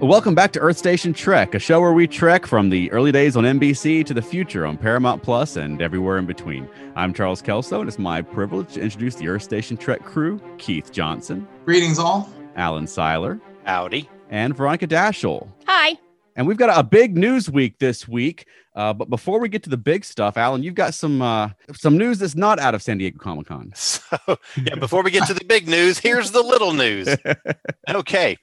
Welcome back to Earth Station Trek, a show where we trek from the early days on NBC to the future on Paramount Plus and everywhere in between. I'm Charles Kelso, and it's my privilege to introduce the Earth Station Trek crew Keith Johnson, Greetings, all. Alan Seiler, Howdy. and Veronica Daschle. Hi. And we've got a big news week this week. Uh, but before we get to the big stuff, Alan, you've got some uh, some news that's not out of San Diego Comic Con. So, yeah, before we get to the big news, here's the little news. Okay.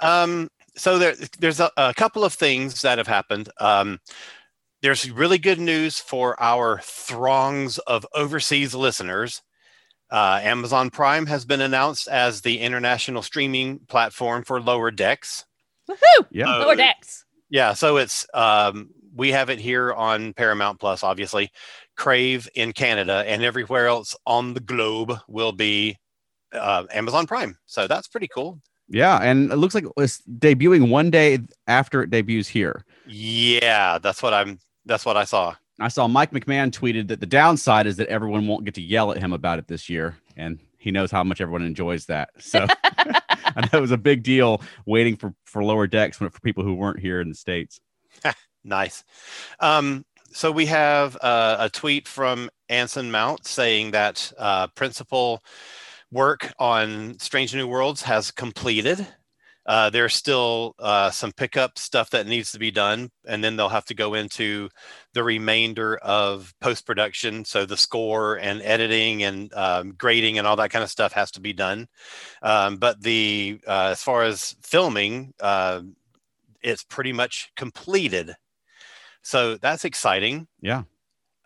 Um, so there, there's a, a couple of things that have happened. Um, there's really good news for our throngs of overseas listeners. Uh, Amazon Prime has been announced as the international streaming platform for lower decks. Woohoo! Yeah. Uh, Lower decks. Yeah, so it's um, we have it here on Paramount Plus, obviously, Crave in Canada, and everywhere else on the globe will be uh, Amazon Prime. So that's pretty cool. yeah. And it looks like it's debuting one day after it debuts here. Yeah, that's what I'm. That's what I saw. I saw Mike McMahon tweeted that the downside is that everyone won't get to yell at him about it this year, and he knows how much everyone enjoys that. So I know it was a big deal waiting for for lower decks when- for people who weren't here in the states. Nice. Um, so we have uh, a tweet from Anson Mount saying that uh, principal work on Strange New Worlds has completed. Uh, there's still uh, some pickup stuff that needs to be done, and then they'll have to go into the remainder of post production. So the score and editing and um, grading and all that kind of stuff has to be done. Um, but the uh, as far as filming, uh, it's pretty much completed. So that's exciting. Yeah.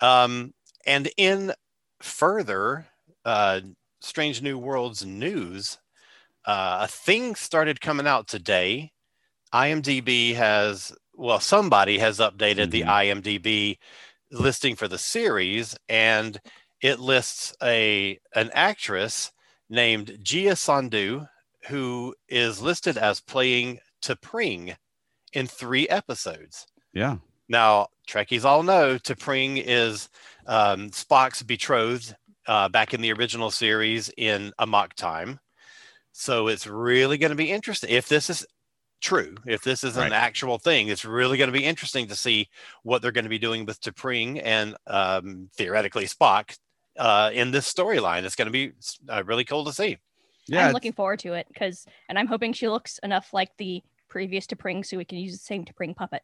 Um, and in further uh, Strange New Worlds news, uh, a thing started coming out today. IMDb has, well, somebody has updated the Mhm. IMDb listing for the series, and it lists a an actress named Gia Sandu who is listed as playing T'Pring in three episodes. Yeah, Now, Trekkies all know T'Pring is um, Spock's betrothed uh, back in the original series in Amok Time. So it's really going to be interesting. If this is true, if this is Right. an actual thing, it's really going to be interesting to see what they're going to be doing with T'Pring and um, theoretically Spock uh, in this storyline. It's going to be uh, really cool to see. yeah. I'm looking forward to it because, and I'm hoping she looks enough like the previous to Pring so we can use the same to Pring puppet.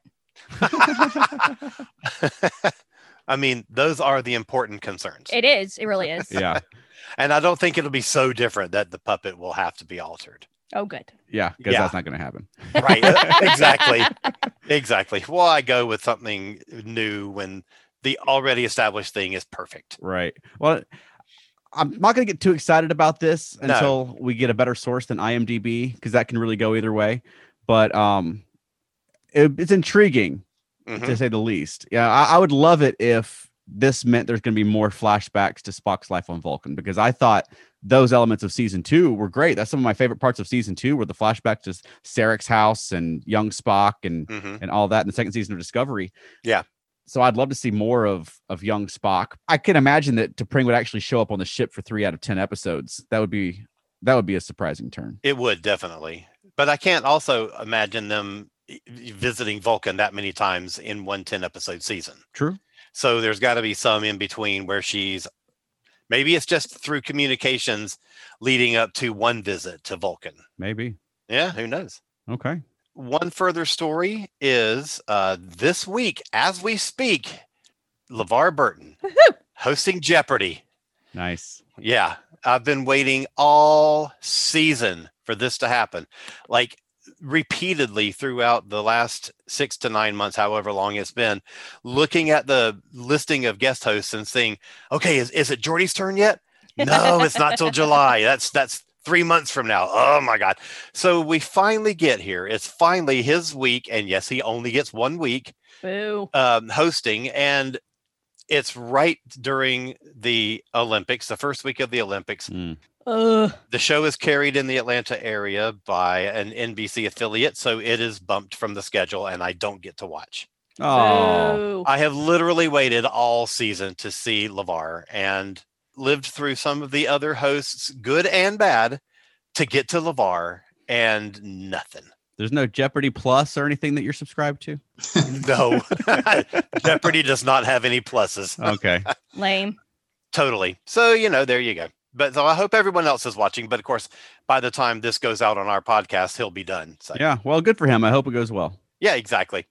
I mean, those are the important concerns. It is. It really is. yeah, And I don't think it'll be so different that the puppet will have to be altered. Oh, good. yeah, because Yeah. that's not going to happen. Right. exactly. Exactly. Why go with something new when the already established thing is perfect? Right. Well, I'm not going to get too excited about this No. until we get a better source than IMDb because that can really go either way. But um, it, it's intriguing Mhm. to say the least. Yeah, I, I would love it if this meant there's going to be more flashbacks to Spock's life on Vulcan because I thought those elements of season two were great. That's some of my favorite parts of season two were the flashbacks to Sarek's house and young Spock and Mhm. and all that in the second season of Discovery. Yeah. So I'd love to see more of of young Spock. I can imagine that T'Pring would actually show up on the ship for three out of ten episodes. That would be that would be a surprising turn. It would definitely. But I can't also imagine them i- i- visiting Vulcan that many times in one 10 episode season. True. So there's got to be some in between where she's maybe it's just through communications leading up to one visit to Vulcan. Maybe. Yeah, who knows? Okay. One further story is uh, this week, as we speak, LeVar Burton Woohoo! hosting Jeopardy. Nice. Yeah, I've been waiting all season for this to happen. Like repeatedly throughout the last six to nine months, however long it's been, looking at the listing of guest hosts and seeing, okay, is, is it Jordy's turn yet? No, it's not till July. That's that's three months from now. Oh my God. So we finally get here. It's finally his week. And yes, he only gets one week Boo. um, hosting. And it's right during the Olympics, the first week of the Olympics. Mm. Ugh. The show is carried in the Atlanta area by an NBC affiliate. So it is bumped from the schedule and I don't get to watch. Oh, Boo. I have literally waited all season to see LeVar and lived through some of the other hosts, good and bad, to get to LeVar and nothing. there's no Jeopardy Plus or anything that you're subscribed to. No, Jeopardy does not have any pluses. Okay. Lame. Totally. So, you know, there you go. But so I hope everyone else is watching. But of course, by the time this goes out on our podcast, he'll be done. So, yeah. Well, good for him. I hope it goes well. yeah exactly.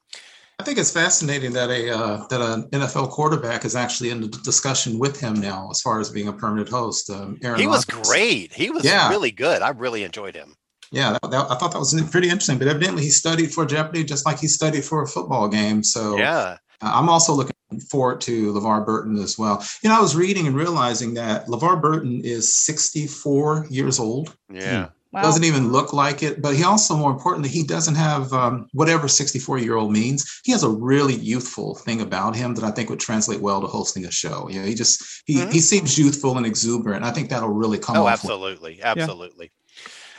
I think it's fascinating that a uh, that an NFL quarterback is actually in the discussion with him now, as far as being a permanent host. Um, Aaron He was Rodgers. great. He was Yeah. really good. I really enjoyed him. Yeah, that, that- I thought that was pretty interesting. But evidently, he studied for Jeopardy just like he studied for a football game. So Yeah. Uh, I'm also looking forward to LeVar Burton as well. You know, I was reading and realizing that LeVar Burton is 64 years old. Yeah. Wow. Doesn't even look like it, but he also, more importantly, he doesn't have um, whatever 64 year old means. He has a really youthful thing about him that I think would translate well to hosting a show. You know, he just he Mhm. he seems youthful and exuberant. I think that'll really come. Oh, off absolutely. Absolutely.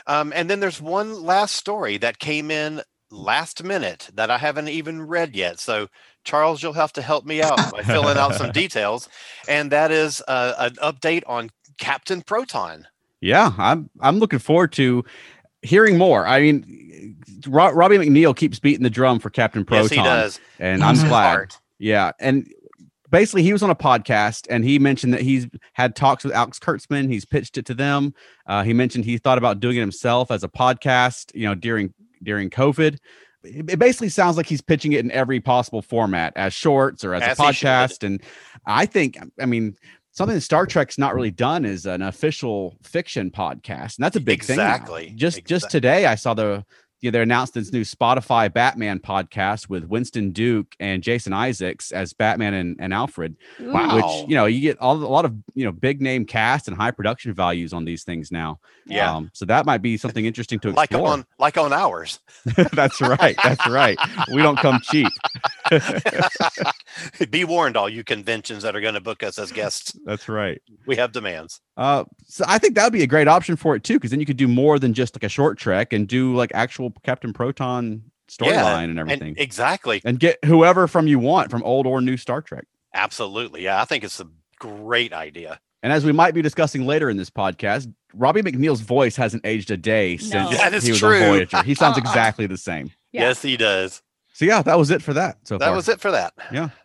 Um, and then there's one last story that came in last minute that I haven't even read yet. So, Charles, you'll have to help me out by filling out some details. And that is uh, an update on Captain Proton. Yeah, I'm I'm looking forward to hearing more. I mean, Ro- Robbie McNeil keeps beating the drum for Captain Proton, Yes, he does. and I'm Mhm. glad. Art. Yeah, and basically he was on a podcast and he mentioned that he's had talks with Alex Kurtzman. He's pitched it to them. Uh, he mentioned he thought about doing it himself as a podcast. You know, during during COVID, it, it basically sounds like he's pitching it in every possible format, as shorts or as, As a he should. podcast. And I think, I mean. Something that Star Trek's not really done is an official fiction podcast, and that's a big Exactly, thing. now. Just just exact- today, I saw the you know, they announced this new Spotify Batman podcast with Winston Duke and Jason Isaacs as Batman and, and Alfred, Ooh. Wow. which, you know, you get all, a lot of, you know, big name cast and high production values on these things now. Yeah. Um, so that might be something interesting to Like explore. on like on ours. that's right. That's right. We don't come cheap. Be warned, all you conventions that are going to book us as guests. That's right. We have demands. Uh, so I think that would be a great option for it too, because then you could do more than just like a short trek and do like actual Captain Proton storyline and And everything, and, exactly. get whoever from you want from old or new Star Trek. Absolutely. Yeah. I think it's a great idea. And as we might be discussing later in this podcast, Robbie McNeil's voice hasn't aged a day No. since That is he was true. on Voyager. He sounds Uh-uh. exactly the same. Yeah. Yes, he does. So yeah, that was it for that. So That was it for that.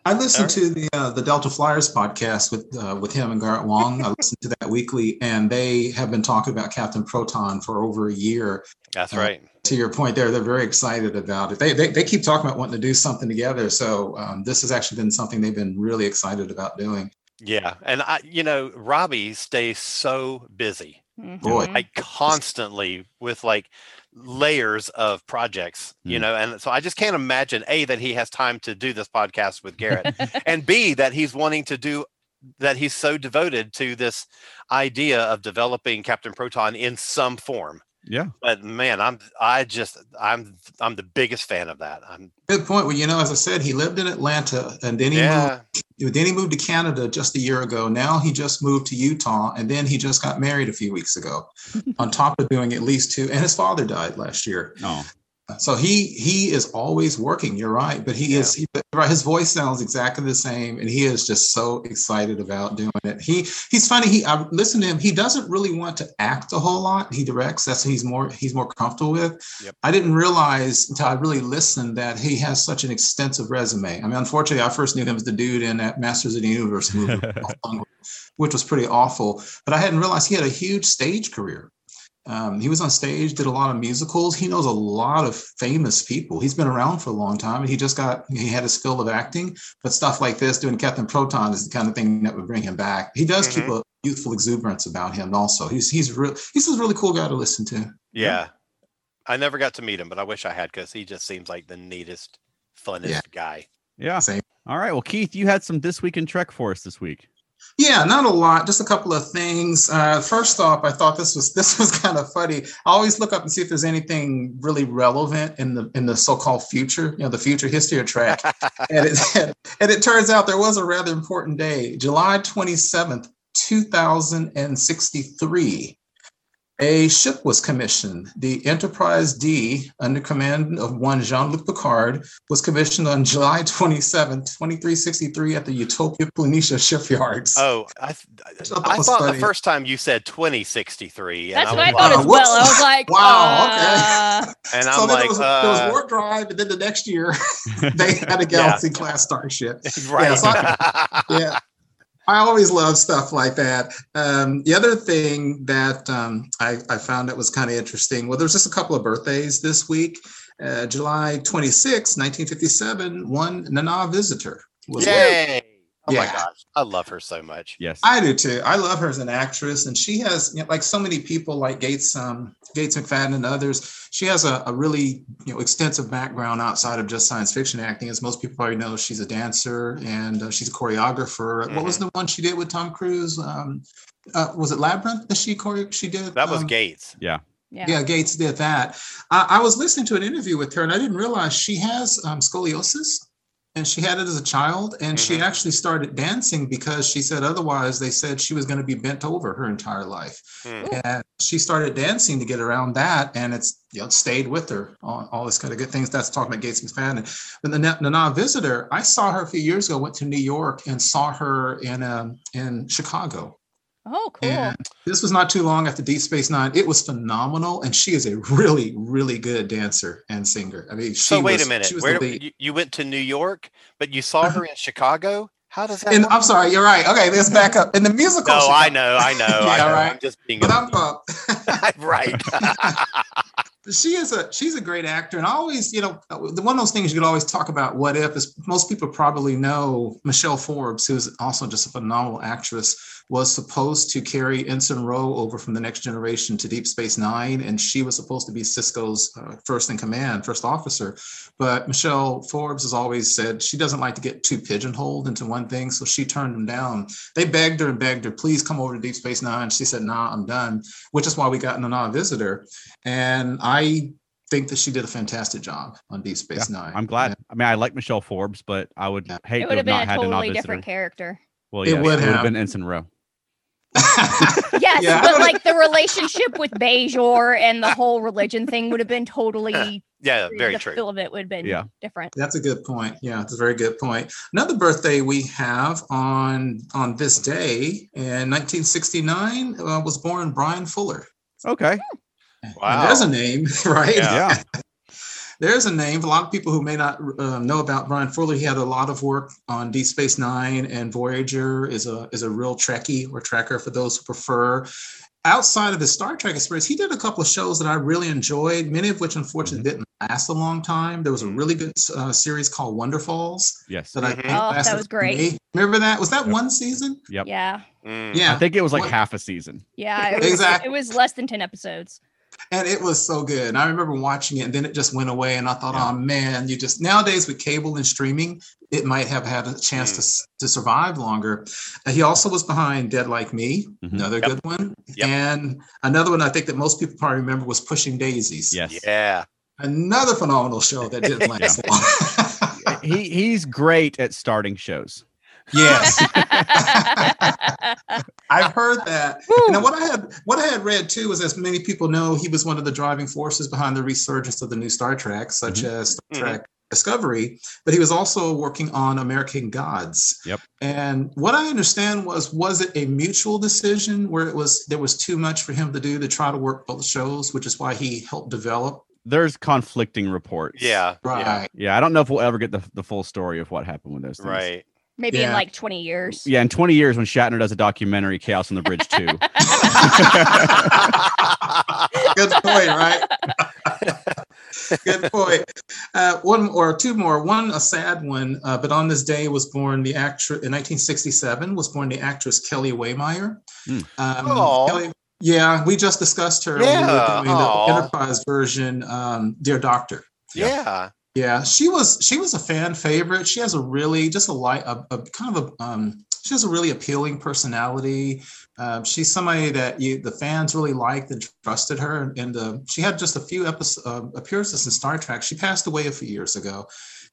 I listened All to the uh, the Delta Flyers podcast with uh, with him and Garrett Wong. I listened to that weekly, and they have been talking about Captain Proton for over a year. That's Uh, Uh-huh. right. To your point, there they're very excited about it. They they, they keep talking about wanting to do something together. So um, this has actually been something they've been really excited about doing. Yeah. And I, you know, Robbie stays so busy, Boy. Mm-hmm. Mhm. like constantly with like layers of projects, you Mm. know. And so I just can't imagine A, that he has time to do this podcast with Garrett, and B, that he's wanting to do that he's so devoted to this idea of developing Captain Proton in some form. yeah. But man, I'm I just I'm I'm the biggest fan of that. I'm Good point. Well, you know, as I said, he lived in Atlanta, and then he yeah, moved, then he moved to Canada just a year ago. Now he just moved to Utah, and then he just got married a few weeks ago. on top of doing at least two, and his father died last year. Oh, So he he is always working. You're right, but he Yeah. is he, right. His voice sounds exactly the same, and he is just so excited about doing it. He he's funny. He I listen to him. He doesn't really want to act a whole lot. He directs. That's what he's more he's more comfortable with. Yep. I didn't realize until I really listened that he has such an extensive resume. I mean, unfortunately, I first knew him as the dude in that Masters of the Universe movie, which was pretty awful. But I hadn't realized he had a huge stage career. Um, he was on stage, did a lot of musicals. He knows a lot of famous people. He's been around for a long time, and he just got he had his fill of acting. But stuff like this, doing Captain Proton, is the kind of thing that would bring him back. He does keep a youthful exuberance about him. Also, he's he's real. He's a really cool guy to listen to. yeah. I never got to meet him, but I wish I had because he just seems like the neatest, funnest Yeah. guy. yeah. Same. All right. Well, Keith, you had some this week in Trek for us this week. Yeah, not a lot, just a couple of things. Uh, first off, I thought this was this was kind of funny. I always look up and see if there's anything really relevant in the in the so-called future, you know, the future history of track. and, it, and it turns out there was a rather important day, July 27th, 2063. A ship was commissioned. The Enterprise D, under command of one Jean Luc Picard, was commissioned on July 27, 2363, at the Utopia Planitia shipyards. Oh, I, th- I thought that I was thought the funny. first time you said 2063. That's and what I I'm thought like, as well. I was like, Wow, uh, And so then I'm like, there, was, there was uh, warp drive, and then the next year they had a Galaxy class starship. Yeah, right. so yeah. I always love stuff like that. Um, the other thing that um, I, I found that was kind of interesting, well, there's just a couple of birthdays this week. Uh, July 26, 1957, one Nana Visitor. was born. Yay. Oh my Yeah. gosh. I love her so much. Yes. I do too. I love her as an actress, and she has you know, like so many people, like Gates, um, Gates McFadden, and others. She has a, a really you know extensive background outside of just science fiction acting. As most people probably know, she's a dancer and uh, she's a choreographer. What Mm-hmm. was the one she did with Tom Cruise? Um, uh, was it Labyrinth that she chore- she did? That was um, Gates. yeah. yeah, Gates did that. I, I was listening to an interview with her, and I didn't realize she has um, scoliosis, and she had it as a child. And she Mhm. actually started dancing because she said otherwise they said she was going to be bent over her entire life. Hmm. And she started dancing to get around that, and it's you know, stayed with her. All, all this kind of good things. That's talking about Gates McFadden. But the Na- Nana visitor, I saw her a few years ago. Went to New York and saw her in um, in Chicago. Oh, cool. And this was not too long after Deep Space Nine. It was phenomenal, and she is a really, really good dancer and singer. I mean, she So wait was, a minute. She was the Where lead. Uh-huh. you, you went to New York, but you saw her in Chicago? How does that And work? I'm sorry, you're right. Okay, let's back up. In the musical, No, she- I know, I know, I Yeah, know. right. I'm just being But a- I'm uh, up. right. she is a she's a great actor, and I always, you know, the one of those things you could always talk about. What if is most people probably know Michelle Forbes, who's also just a phenomenal actress, was supposed to carry Ensign Rowe over from the Next Generation to Deep Space Nine, and she was supposed to be Cisco's uh, first in command, first officer. But Michelle Forbes has always said she doesn't like to get too pigeonholed into one thing, so she turned him down. They begged her and begged her, please come over to Deep Space Nine. She said, Nah, I'm done, which is why we got Nana a visitor. And I think that she did a fantastic job on Deep Space Nine. I'm glad. I mean, I like Michelle Forbes, but I would Yeah. hate It to have would have been not a had an totally obvious. different character. Well, It yes, it would would have have. been Ensign Row. Yes, Yeah, I but don't- like the relationship with Bejor and the whole religion thing would have been totally Yeah, very the true. feel of it would have been Yeah. different. That's a good point. Yeah, that's a very good point. Another birthday we have on on this day in 1969 uh, was born Brian Fuller. Okay. Wow. And there's a name, right? Yeah. Yeah. There's a name. for A lot of people who may not uh, know about Brian Fuller. He had a lot of work on Deep Space Nine and Voyager. is a is a real Trekkie or Trekker for those who prefer. Outside of his Star Trek experience, he did a couple of shows that I really enjoyed. Many of which, unfortunately, didn't last a long time. There was a really good uh, series called Wonderfalls Yes. that I Mhm. think Oh, that lasted was great. me. Remember that? Was that Yep. one season? Yep. Yeah. Mm. I Yeah, think it was like What- half a season. Yeah. It was, Exactly. it was less than 10 episodes. and it was so good. And I remember watching it, and then it just went away. And I thought, Yeah. oh man, you just nowadays with cable and streaming, it might have had a chance Hmm. to s- to survive longer. Uh, he also was behind Dead Like Me, Mhm. another Mm-hmm. Yep. good one, Yep. and another one I think that most people probably remember was Pushing Daisies. Yes. Yeah. another phenomenal show that didn't last long. He he's great at starting shows. yes. I've heard that. Now, what I had what I had read too was, as many people know, he was one of the driving forces behind the resurgence of the new Star Trek, such as Star Mhm. Trek Discovery. But he was also working on American Gods. Yep. And what I understand was, was it a mutual decision where it was there was too much for him to do to try to work both shows, which is why he helped develop. There's conflicting reports. Yeah. yeah, Right. Yeah. I don't know if we'll ever get the, the full story of what happened with those things. Right. Maybe in Yeah. like 20 years. Yeah. In 20 years, when Shatner does a documentary, Chaos on the Bridge 2. Good point, right? Good point. Uh, one or two more. One a sad one, uh, but on this day was born the actress in 1967 was born the actress Kelly Waymeyer. Hmm. Um, Aw. Kelly- yeah, we just discussed her. when we were Yeah, doing aw. the Enterprise version, um, Dear Doctor. yeah. Yeah, she was she was a fan favorite. She has a really just a light a, a kind of a um she has a really appealing personality. Um, she's somebody that you the fans really liked and trusted her. And, and uh, she had just a few episodes uh, appearances in Star Trek. She passed away a few years ago,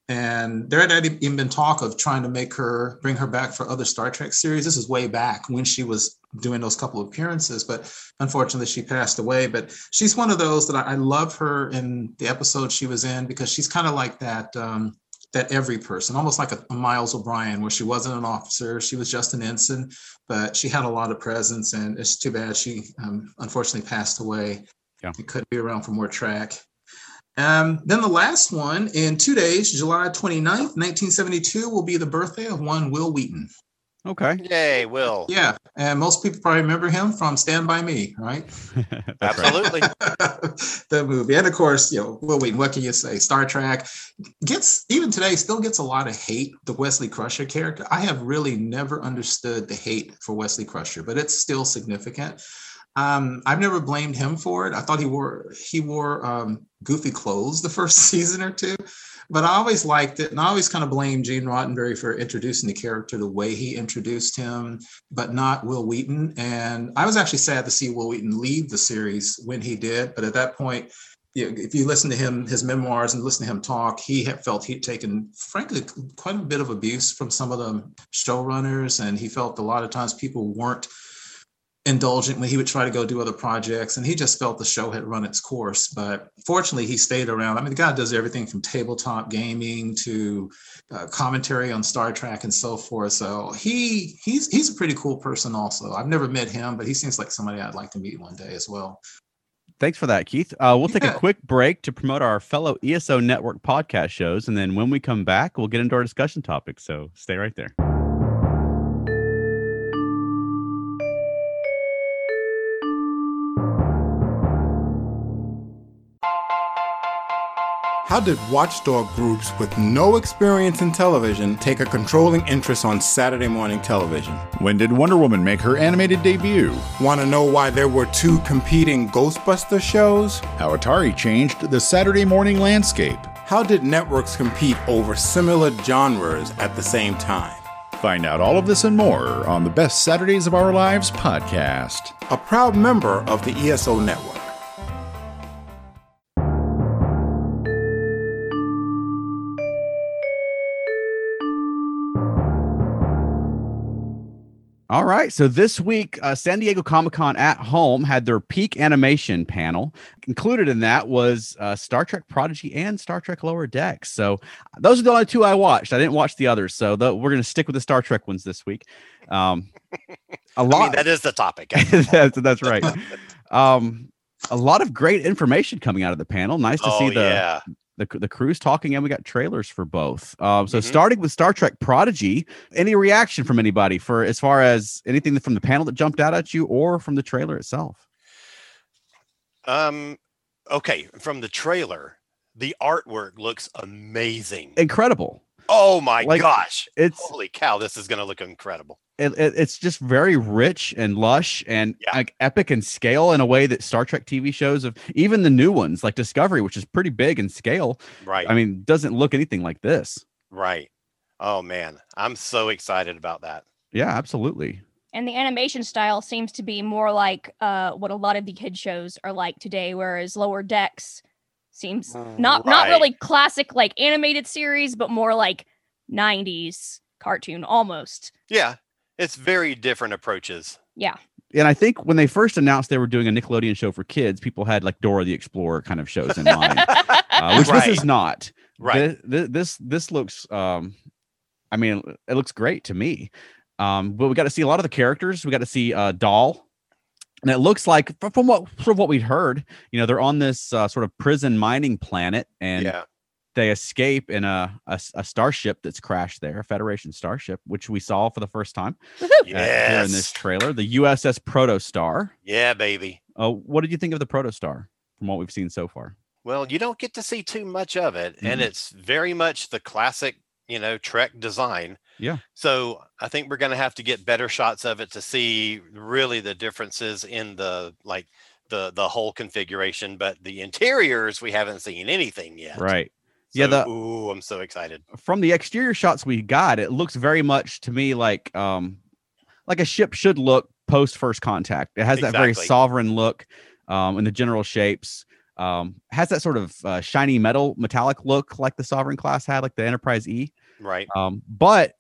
and there had e-, even been talk of trying to make her bring her back for other Star Trek series. This is way back when she was doing those couple of appearances, but unfortunately she passed away. But she's one of those that I, I love her in the episode she was in because she's kind of like that. Um, that every person, almost like a, a, Miles O'Brien, where she wasn't an officer, she was just an ensign, but she had a lot of presence. And it's too bad she um, unfortunately passed away. Yeah. It couldn't be around for more track. Um, then the last one in two days, July 29th, 1972, will be the birthday of one Will Wheaton. Okay. Yay, Will. Yeah. And most people probably remember him from Stand By Me, right? That's right. Absolutely. the movie. And of course, you know, Will Wheaton, what can you say? Star Trek gets, even today, still gets a lot of hate. The Wesley Crusher character. I have really never understood the hate for Wesley Crusher, but it's still significant. Um, I've never blamed him for it. I thought he wore he wore um, goofy clothes the first season or two, but I always liked it, and I always kind of blame Gene Roddenberry for introducing the character the way he introduced him, but not Will Wheaton. And I was actually sad to see Will Wheaton leave the series when he did, but at that point. You know, if you listen to him, his memoirs, and listen to him talk, he had felt he'd taken, frankly, quite a bit of abuse from some of the showrunners, and he felt a lot of times people weren't indulgent when he would try to go do other projects and he just felt the show had run its course but fortunately he stayed around i mean the guy does everything from tabletop gaming to uh, commentary on star trek and so forth so he he's he's a pretty cool person also i've never met him but he seems like somebody i'd like to meet one day as well Thanks for that, Keith. Uh, we'll take Yeah. a quick break to promote our fellow ESO Network podcast shows. And then when we come back, we'll get into our discussion topic. So stay right there. How did watchdog groups with no experience in television take a controlling interest on Saturday morning television? When did Wonder Woman make her animated debut? Want to know why there were two competing Ghostbuster shows? How Atari changed the Saturday morning landscape? How did networks compete over similar genres at the same time? Find out all of this and more on the Best Saturdays of Our Lives podcast. A proud member of the ESO network. All right. So this week, uh, San Diego Comic Con at home had their peak animation panel. Included in that was uh, Star Trek Prodigy and Star Trek Lower Decks. So uh, those are the only two I watched. I didn't watch the others. So tho- we're going to stick with the Star Trek ones this week. Um, a I lot. mean, that is the topic. that's, that's right. Um, a lot of great information coming out of the panel. Nice to oh, see the yeah. the, the crews talking and we got trailers for both um, so Mhm. starting with star trek prodigy any reaction from anybody for as far as anything from the panel that jumped out at you or from the trailer itself Um, okay, from the trailer, the artwork looks amazing. incredible oh my like, gosh. it's Holy cow, this is going to look incredible. it, it- it's just very rich and lush and Yeah. like epic in scale in a way that star trek tv shows of even the new ones like discovery which is pretty big in scale Right. i mean doesn't look anything like this right. Oh man, I'm so excited about that. yeah absolutely And the animation style seems to be more like uh, what a lot of the kid shows are like today, whereas Lower Decks seems not not Right. really classic like animated series, but more like '90s cartoon almost. Yeah. It's very different approaches. Yeah, and I think when they first announced they were doing a Nickelodeon show for kids, people had like Dora the Explorer kind of shows in mind, uh, which Right. this is not. Right. Thi- thi- This, this looks. Um, I mean, it looks great to me. Um, but we got to see a lot of the characters. We got to see uh, Doll, and it looks like fr- from what from what we'd heard, you know, they're on this uh, sort of prison mining planet, and yeah. they escape in a, a s- a starship that's crashed there, a Federation starship, which we saw for the first time uh, here in this Yes. trailer, the USS Protostar. Yeah, baby. Uh, what did you think of the Protostar from what we've seen so far? Well, you don't get to see too much of it, and Mhm. it's very much the classic, you know, Trek design. Yeah. So I think we're going to have to get better shots of it to see really the differences in the like the the whole configuration. But the interiors, we haven't seen anything yet. Right. Yeah, the- Oh, ooh, I'm so excited. from the exterior shots we got, it looks very much to me like um like a ship should look post first contact. It has that very Exactly. sovereign look um in the general shapes. Um has that sort of uh, shiny metal metallic look like the sovereign class had like the Enterprise E. Right. Um but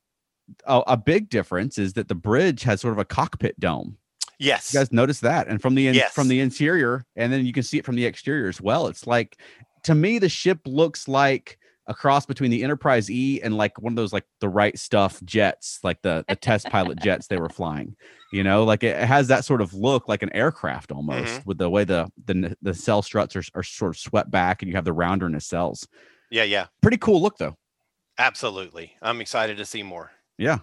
a, a big difference is that the bridge has sort of a cockpit dome. Yes. You guys notice that, and from the in, Yes. from the interior, and then you can see it from the exterior as well. It's like, to me, the ship looks like a cross between the Enterprise E and like one of those like the right stuff jets, like the the test pilot jets they were flying. You know, like it, it has that sort of look, like an aircraft almost, Mm-hmm. with the way the the n- the cell struts are, are sort of swept back, and you have the rounder nacelles. Yeah. Yeah. Pretty cool look though. Absolutely. I'm excited to see more. Yeah,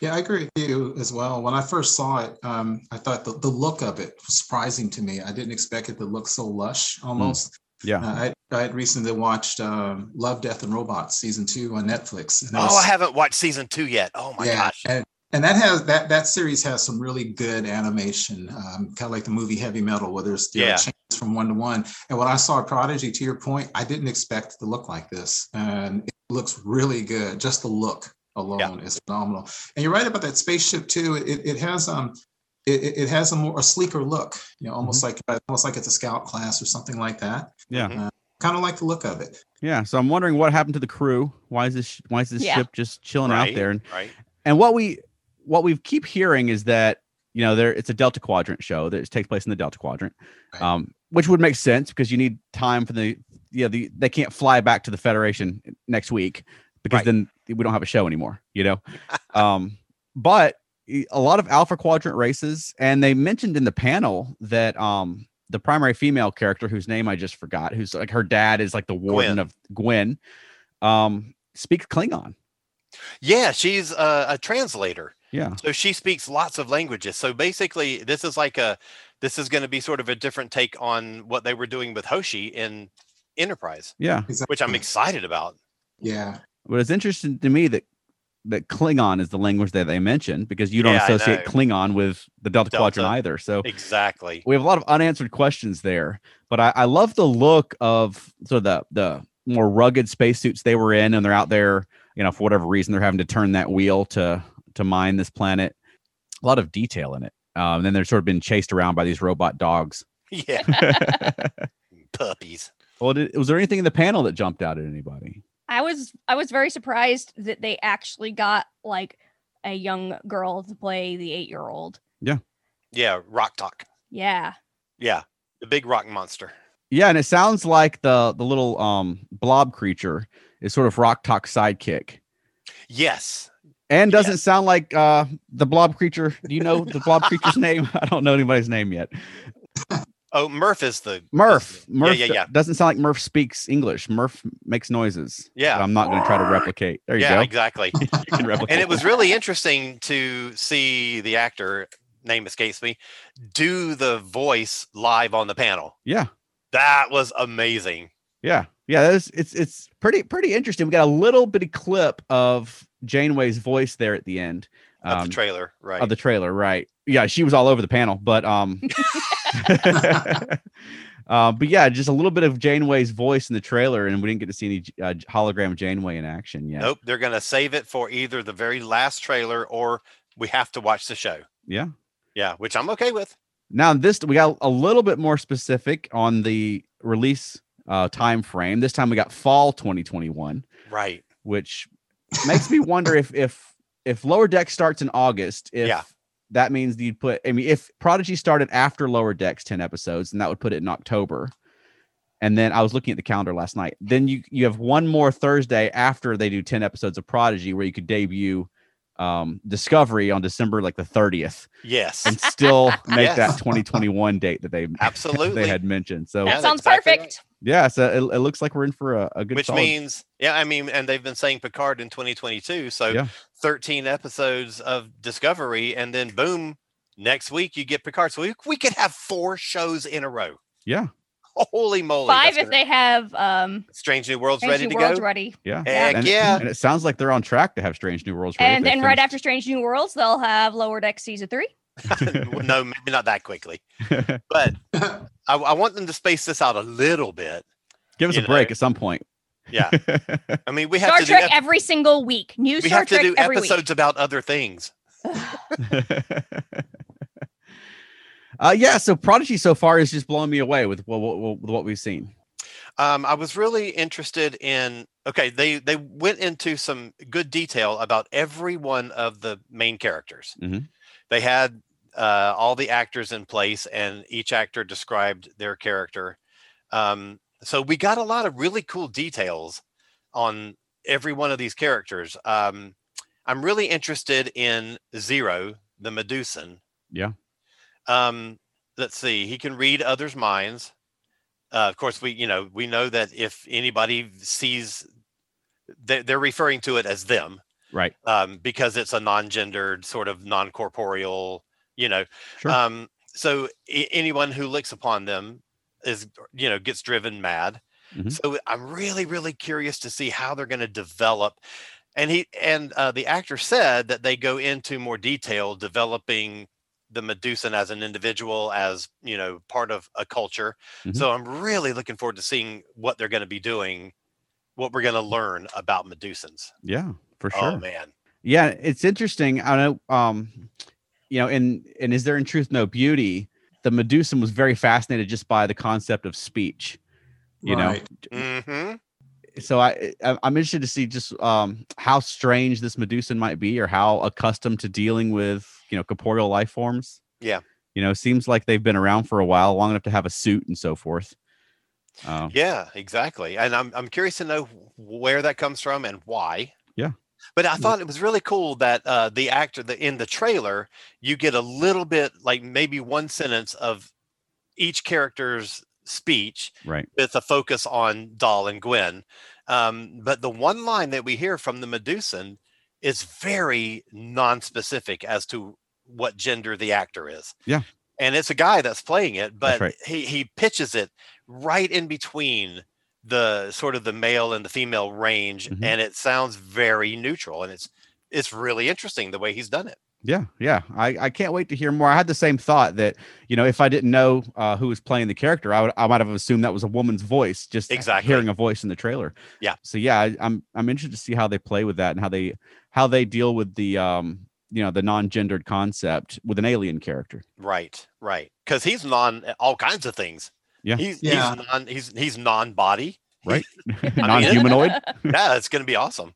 Yeah, I agree with you as well. When I first saw it, um, I thought the, the look of it was surprising to me. I didn't expect it to look so lush almost. yeah. Uh, I, I had recently watched um, Love, Death, and Robots season two on Netflix. And Oh, I haven't watched season two yet. Oh my gosh. And, and that has that that series has some really good animation, um, kind of like the movie Heavy Metal, where there's you know, Yeah. changes from one to one. And when I saw Prodigy, to your point, I didn't expect it to look like this, and it looks really good. Just the look alone is phenomenal. And you're right about that spaceship too. It it has um. It, it- it has a more a sleeker look, you know, almost Mm-hmm. like uh, almost like it's a scout class or something like that. Yeah. uh, kind of like the look of it. yeah. So I'm wondering what happened to the crew. Why is this why is this Yeah. ship just chilling right. out there? And Right. and what we what we keep hearing is that you know there it's a delta quadrant show that takes place in the delta quadrant Right. um which would make sense because you need time for the you know the they can't fly back to the federation next week because Right. then we don't have a show anymore you know um but e- a lot of alpha quadrant races and they mentioned in the panel that um the primary female character whose name i just forgot who's like her dad is like the warden Gwen. of gwen um speaks klingon Yeah. She's a, a translator. yeah So she speaks lots of languages. So basically, this is like a this is going to be sort of a different take on what they were doing with Hoshi in Enterprise, yeah Exactly. which I'm Mm. excited about. Yeah, But it's interesting to me that that Klingon is the language that they mentioned because you don't Yeah, I associate know. Klingon with the Delta, Delta. Quadrant either. So Exactly. we have a lot of unanswered questions there. But I, I love the look of sort of the the more rugged spacesuits they were in, and they're out there. You know, for whatever reason, they're having to turn that wheel to to mine this planet. A lot of detail in it. Um, and then they're sort of being chased around by these robot dogs. Yeah. Puppies. Well, did, was there anything in the panel that jumped out at anybody? I was I was very surprised that they actually got like a young girl to play the eight year old. Yeah. Rock talk. Yeah. Yeah. The big rock monster. Yeah, and it sounds like the the little um blob creature is sort of Rock Talk's sidekick. Yes. And doesn't Yes. sound like uh the blob creature. Do you know the blob creature's name? I don't know anybody's name yet. Oh, Murph is the is Murph. the- Murph Yeah. do- Yeah. Yeah. doesn't sound like Murph speaks English. Murph makes noises. that Yeah. I'm not gonna try to replicate. There you yeah. go. Exactly. You can replicate. and it was really interesting to see the actor name escapes me do the voice live on the panel. yeah, That was amazing. yeah. Yeah, it's it's it's pretty pretty interesting. We got a little bitty clip of Janeway's voice there at the end. of um, the trailer, right? of the trailer, right? Yeah, she was all over the panel, but um, uh, but yeah, just a little bit of Janeway's voice in the trailer, and we didn't get to see any uh, hologram Janeway in action yet. Nope, they're going to save it for either the very last trailer or we have to watch the show. Yeah. Yeah, which I'm okay with. Now this we got a little bit more specific on the release uh, time frame. This time we got fall 2021, Right. which makes me wonder if if if Lower Deck starts in August, if Yeah. that means you'd put. I mean, if Prodigy started after Lower Decks ten episodes, and that would put it in October. And then I was looking at the calendar last night. Then you you have one more Thursday after they do ten episodes of Prodigy, where you could debut um, Discovery on December like the thirtieth, Yes. and still make that Yes. twenty twenty one date that they Absolutely. they had mentioned. So Oh, Yeah, that sounds exactly right. perfect. yeah, so it, it looks like we're in for a, a good. which solid- means yeah, I mean and they've been saying Picard in 2022, so Yeah. 13 episodes of Discovery and then boom, next week you get Picard. So we, we could have four shows in a row. yeah, Holy moly. Five that's if gonna- they have um Strange New World's Strange ready New to Worlds go. ready. yeah, Heck and, it- yeah. and it sounds like they're on track to have Strange New Worlds. ready And to then right finish- after Strange New Worlds, they'll have Lower Deck Season 3. no, maybe not that quickly. But I, I want them to space this out a little bit. Give us you a break know. at some point. Yeah. I mean, we have Star to Trek do ep- every single week. New we Star have to Trek do every episodes week. about other things. uh, yeah, so Prodigy so far is just blowing me away with what, what, what we've seen. Um, I was really interested in. Okay, they they went into some good detail about every one of the main characters. Mhm. They had uh, all the actors in place, and each actor described their character. Um, so we got a lot of really cool details on every one of these characters. Um, I'm really interested in Zero, the Medusan. Yeah. Um, let's see. He can read others' minds. Uh, of course, we you know we know that if anybody sees, they, they're referring to it as them Right. um, because it's a non-gendered sort of non-corporeal. You know, Sure. um, so a- anyone who looks upon them is you know gets driven mad. Mhm. So I'm really really curious to see how they're going to develop. And he and uh, the actor said that they go into more detail developing the Medusan as an individual, as you know, part of a culture. Mhm. So I'm really looking forward to seeing what they're going to be doing, what we're going to learn about Medusans. yeah, for sure. Oh man. Yeah, it's interesting. I know, um, you know, and and is there in truth no beauty? The Medusan was very fascinated just by the concept of speech. You know, Right. hmm so I I- I'm interested to see just um how strange this Medusan might be, or how accustomed to dealing with you know corporeal life forms. Yeah. you know, seems like they've been around for a while, long enough to have a suit and so forth. Um, Yeah, exactly. And I'm I'm curious to know where that comes from and why. Yeah. But I thought it was really cool that uh, the actor the, in the trailer, you get a little bit, like maybe one sentence of each character's speech Right. with a focus on Dahl and Gwen. Um, but the one line that we hear from the Medusan is very non-specific as to what gender the actor is. Yeah. And it's a guy that's playing it, but right. he, he pitches it right in between the sort of the male and the female range, Mhm. and it sounds very neutral. And it's it's really interesting the way he's done it. Yeah, yeah. I, I can't wait to hear more. I had the same thought that, you know, if I didn't know uh, who was playing the character, I would I might have assumed that was a woman's voice, just Exactly. hearing a voice in the trailer. Yeah. So yeah, I, I'm I'm interested to see how they play with that and how they how they deal with the um you know the non-gendered concept with an alien character. Right, right. Because he's non eh, all kinds of things. Yeah. He's Yeah. he's non he's he's non-body. Right. Non-humanoid. yeah, it's gonna be awesome.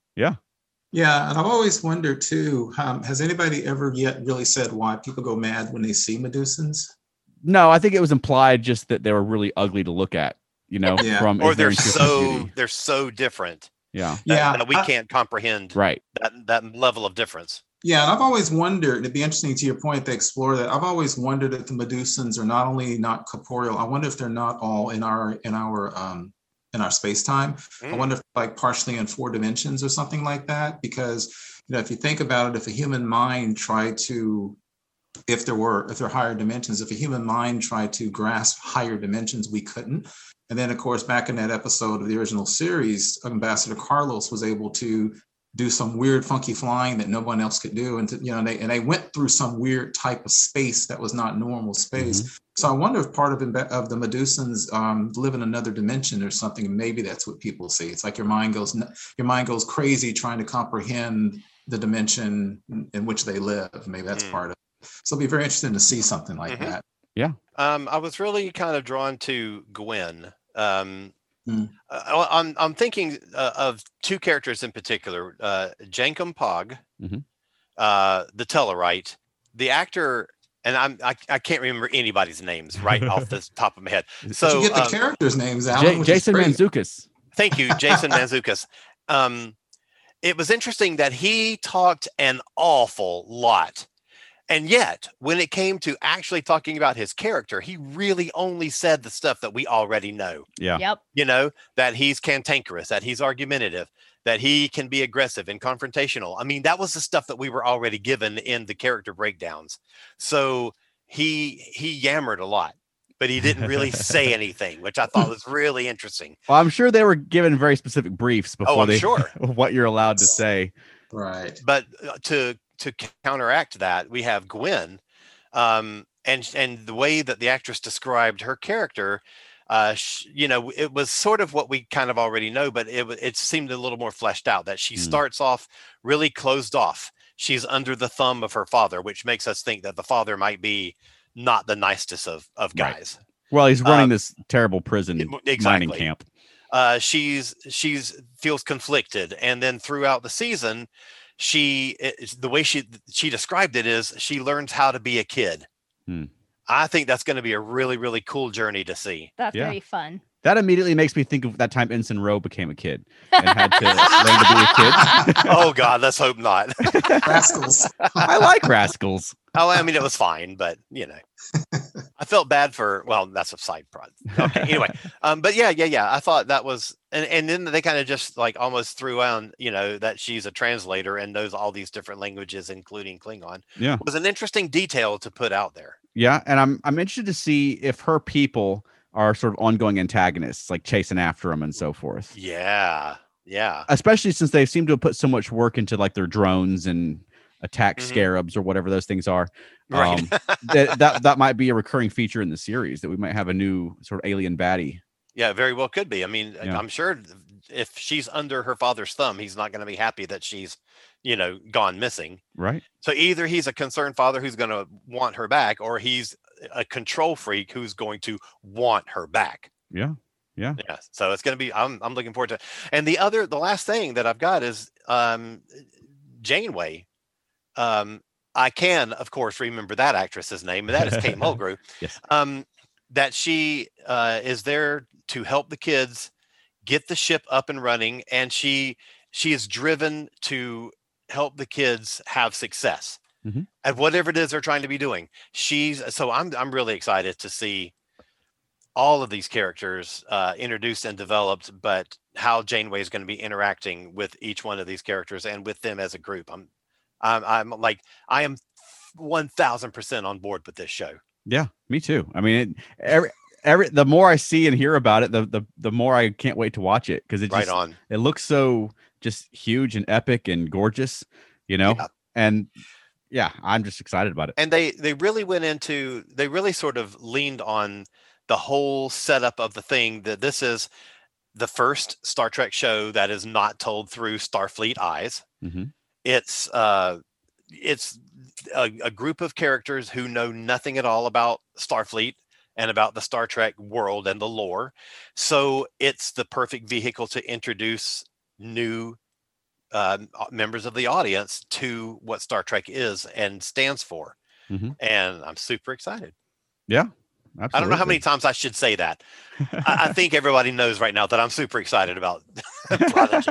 Yeah, and I've always wondered too. Um, has anybody ever yet really said why people go mad when they see Medusans? no, I think it was implied just that they were really ugly to look at. You know, Yeah. from or Is There they're in Truth No so Beauty? they're so different yeah, that, yeah, that we I- can't comprehend right, that that level of difference. Yeah, and I've always wondered, and it'd be interesting to your point to explore that. I've always wondered if the Medusans are not only not corporeal, I wonder if they're not all in our in our um in our space time. I Mm. wonder if like partially in four dimensions or something like that. Because you know, if you think about it, if a human mind tried to if there were if there are higher dimensions, if a human mind tried to grasp higher dimensions, we couldn't. And then of course back in that episode of the original series, Ambassador Carlos was able to do some weird funky flying that no one else could do and to, you know they and they went through some weird type of space that was not normal space so i wonder if part of imbe- of the medusans um, live in another dimension or something and maybe that's what people see it's like your mind goes nu- your mind goes crazy trying to comprehend the dimension in which they live maybe that's Mm. part of it so it'll be very interesting to see something like Mhm. that Um, I was really kind of drawn to Gwen. Um, Mm. uh, I, am I'm thinking uh, of two characters in particular: uh, Jankum Pog, Mm-hmm. Mhm. uh, the Tellarite, the actor, and I'm I, I can't remember anybody's names right off the top of my head. But So you get the um, characters names out J- Jason Manzukis. Thank you, Jason Manzukas. Um, it was interesting that he talked an awful lot. And yet, when it came to actually talking about his character, he really only said the stuff that we already know. Yeah. Yep. You know, that he's cantankerous, that he's argumentative, that he can be aggressive and confrontational. I mean, that was the stuff that we were already given in the character breakdowns. So he he yammered a lot, but he didn't really say anything, which I thought was really interesting. Well, I'm sure they were given very specific briefs before Oh, I'm they sure. what you're allowed to say. right but uh, to to counteract that we have gwen um and and the way that the actress described her character uh, sh- you know, it was sort of what we kind of already know, but it, wa- it seemed a little more fleshed out that she Mm. starts off really closed off. She's under the thumb of her father, which makes us think that the father might be not the nicest of, of Right. guys. Well, he's running Um, this terrible prison it- mining exactly. camp. uh, she's she's feels conflicted and then throughout the season she it- it's- the way she she described it is she learns how to be a kid Hmm. i think that's going to be a really really cool journey to see That's Yeah. gonna be fun. That immediately makes me think of that time Ensign Rowe became a kid and had to learn to be a kid. oh god let's hope not Rascals. I like rascals. oh i mean it was fine but you know i felt bad for well that's a side project okay anyway um but yeah yeah yeah i thought that was and and then they kind of just like almost threw on you know that she's a translator and knows all these different languages including klingon Yeah. was an interesting detail to put out there Yeah, and I'm I'm interested to see if her people are sort of ongoing antagonists, like chasing after them and so forth. yeah yeah Especially since they seem to have put so much work into like their drones and attack Mhm. scarabs or whatever those things are. right Um, that, that that might be a recurring feature in the series that we might have a new sort of alien baddie. yeah very well could be i mean Yeah. i'm sure th- if she's under her father's thumb he's not going to be happy that she's you know gone missing Right. so either he's a concerned father who's going to want her back or he's a control freak who's going to want her back Yeah. yeah so it's going to be I'm, I'm looking forward to it. and the other the last thing that i've got is um janeway um i can of course remember that actress's name and that is kate mulgrew Yes. um that she uh is there to help the kids get the ship up and running and she she is driven to help the kids have success Mhm. at whatever it is they're trying to be doing she's so i'm i'm really excited to see all of these characters uh, introduced and developed, but how Janeway is going to be interacting with each one of these characters and with them as a group. I'm, I'm, I'm like, I am one thousand percent on board with this show. Yeah. Me too. I mean, it, every every the more I see and hear about it, the the the more I can't wait to watch it because it Right just on. it looks so just huge and epic and gorgeous, you know. Yeah. And yeah, I'm just excited about it. And they they really went into they really sort of leaned on the whole setup of the thing that this is the first Star Trek show that is not told through Starfleet eyes. Mhm. It's uh, it's a, a group of characters who know nothing at all about Starfleet and about the Star Trek world and the lore. So it's the perfect vehicle to introduce new um, au- members of the audience to what Star Trek is and stands for. Mhm. And I'm super excited. Absolutely. I don't know how many times I should say that. I, I think everybody knows right now that I'm super excited about Prodigy.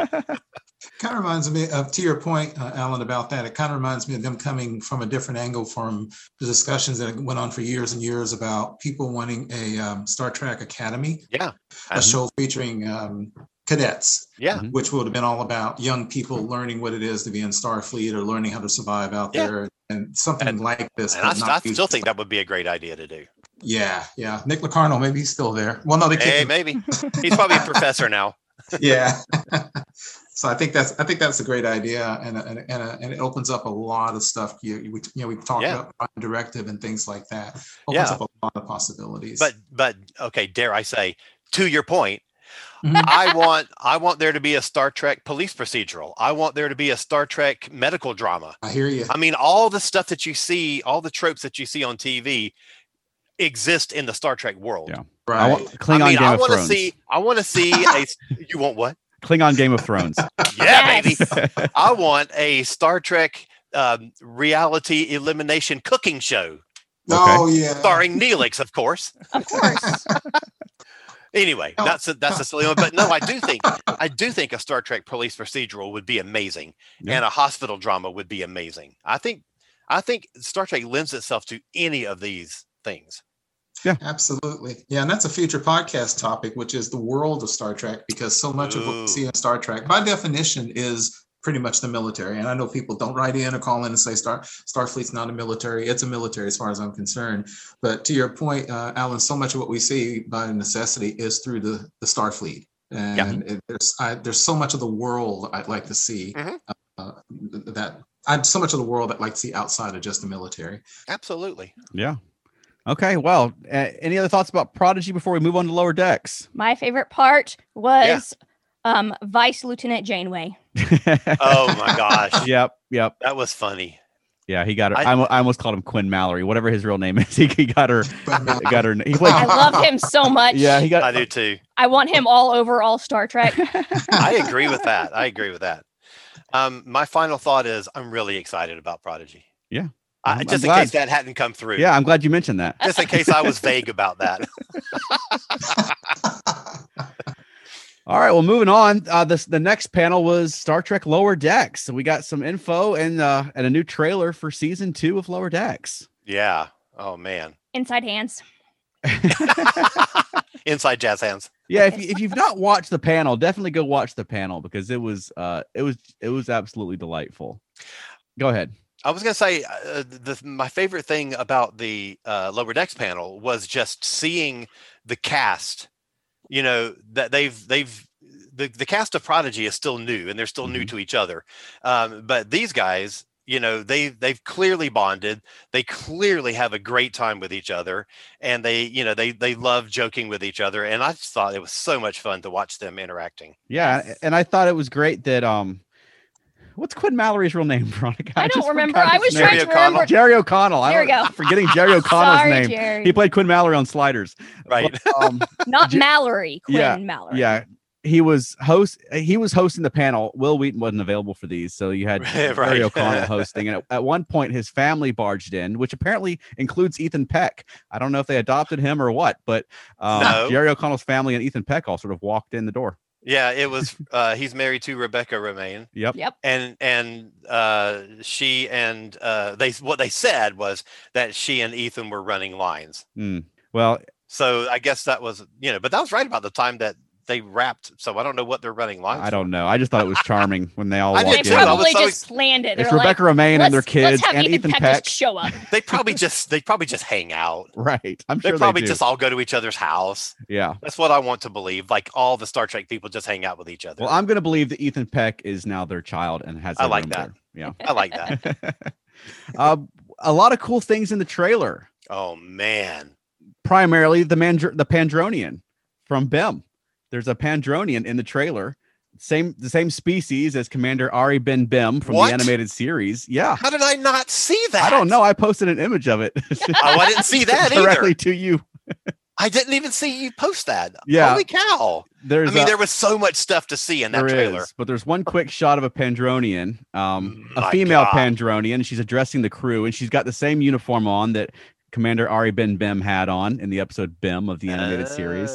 Kind of reminds me of, to your point, uh, Alan, about that. It kind of reminds me of them coming from a different angle from the discussions that went on for years and years about people wanting a um, Star Trek Academy, Yeah. Uh-huh. a show featuring um, cadets, Yeah. Mhm. which would have been all about young people learning what it is to be in Starfleet or learning how to survive out Yeah. there and something And- like this. And I, but st- not I used still to think that would be a great idea to do. Yeah, yeah. Nick Locarno, maybe he's still there. Well, no, they Hey, can't. maybe. He's probably a professor now. yeah. so I think that's I think that's a great idea, and a- and a- and, a- and it opens up a lot of stuff. You you, we- you know we've talked Yeah. about Prime directive and things like that. Opens Yeah. up a lot of possibilities. But but okay, dare I say, to your point, Mhm. I want I want there to be a Star Trek police procedural. I want there to be a Star Trek medical drama. I hear you. I mean, all the stuff that you see, all the tropes that you see on TV exist in the Star Trek world. Yeah. Right. I want Klingon I mean, Game I of want to Thrones. see. I want to see a. s- You want what? Klingon Game of Thrones. Yeah, baby. Yes. I want a Star Trek um, reality elimination cooking show Oh yeah. starring Neelix, of course. Of course. Anyway, No. that's a, that's a silly one, but no, I do think I do think a Star Trek police procedural would be amazing, Yeah. and a hospital drama would be amazing. I think I think Star Trek lends itself to any of these things. Absolutely. Yeah, and that's a future podcast topic, which is the world of Star Trek, because so much of what Ooh. we see in Star Trek, by definition, is pretty much the military. And I know people don't write in or call in and say Star Starfleet's not a military. It's a military as far as I'm concerned. But to your point, uh, Alan, so much of what we see by necessity is through the, the Starfleet. And it, there's I, there's so much of the world I'd like to see Mhm. uh, th- that I'm so much of the world I'd like to see outside of just the military. Absolutely. yeah. Okay. Well, uh, any other thoughts about Prodigy before we move on to Lower Decks? My favorite part was um, Vice Lieutenant Janeway. Oh my gosh, Yep. Yep. that was funny. Yeah. He got her. I, I- almo- I almost called him Quinn Mallory, whatever his real name is. He, he got her. uh, Got her. He played. I love him so much. Yeah. He got. I do too. I want him all over all Star Trek. I agree with that. I agree with that. Um, my final thought is I'm really excited about Prodigy. Yeah. I, I'm- I'm just in glad. case that hadn't come through. Yeah. I'm glad you mentioned that. Just in case I was vague about that. All right. Well, moving on. Uh, this the next panel was Star Trek Lower Decks. So we got some info and uh, and a new trailer for season two of Lower Decks. Yeah. Oh man. Inside hands. Inside jazz hands. Yeah, if, you, if you've not watched the panel, definitely go watch the panel because it was uh it was it was absolutely delightful. Go ahead. I was gonna say uh, the, my favorite thing about the uh, lower decks panel was just seeing the cast. You know that they've they've the, the cast of Prodigy is still new and they're still new Mhm. to each other, um, but these guys, you know, they they've clearly bonded. They clearly have a great time with each other, and they you know they they love joking with each other. And I just thought it was so much fun to watch them interacting. Yeah, Yes. and I thought it was great that um, what's Quinn Mallory's real name, Veronica? I, don't just remember. forgot I his was name. trying to Jerry O'Connell. remember. Jerry O'Connell. I There don't, we go. I'm forgetting Jerry O'Connell's Sorry, name. Jerry. He played Quinn Mallory on Sliders. Right. Um, Not Jer- Mallory. Quinn Yeah, Mallory. yeah, he was host. He was hosting the panel. Will Wheaton wasn't available for these, so you had Right. Jerry O'Connell hosting. And at, at one point, his family barged in, which apparently includes Ethan Peck. I don't know if they adopted him or what, but um, No. Jerry O'Connell's family and Ethan Peck all sort of walked in the door. Yeah, it was. Uh, he's married to Rebecca Romaine. Yep. Yep. and and uh, she and uh, they what they said was that she and Ethan were running lines. Mm. Well, So I guess that was you know, but that was right about the time that they wrapped. So I don't know what they're running lines. I don't know. I just thought it was charming when they all I did They walked too. in. I probably was so just planned it. They're It's like, Rebecca Romaine and their "Let's- let's kids have and Ethan Peck. just show up. for. They probably just they probably just hang out. Right. I'm They sure probably they do. just all go to each other's house. yeah. That's what I want to believe. Like all the Star Trek people just hang out with each other. Well, I'm going to believe that Ethan Peck is now their child and has. I their like room that. there. I like that. Yeah. um, a lot of cool things in the trailer. oh man, Primarily the Mandr- the Pandronian from Bem. There's a Pandronian in the trailer. Same the same species as Commander Ari Ben Bem from What? the animated series. Yeah. how did I not see that? I don't know. I posted an image of it. Oh, I didn't see that directly either. to you. I didn't even see you post that. Yeah. Holy cow. There's I mean, a- there was so much stuff to see in that There is, trailer. but there's one quick shot of a Pandronian, um, a My female God. Pandronian. She's addressing the crew, and she's got the same uniform on that Commander Ari Ben Bim had on in the episode Bim of the animated series,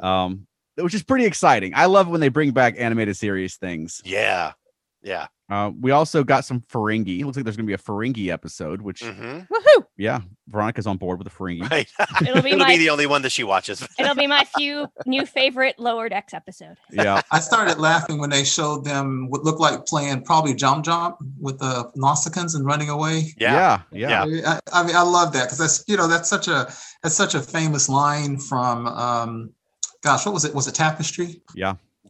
Oh. um, which is pretty exciting. I love when they bring back animated series things. yeah. Yeah. Uh, we also got some Ferengi. Looks like there's going to be a Ferengi episode, which Mhm. Woohoo! yeah, Veronica's on board with the Ferengi. Right. It'll be It'll my be the only one that she watches. it'll be my few new favorite Lower Decks episode. Yeah, I started laughing when they showed them what looked like playing probably jump jump with the Nausicaans and running away. Yeah. yeah, yeah. Yeah. I, I mean, I love that because that's you know that's such a that's such a famous line from, um, gosh, what was it? Was it Tapestry?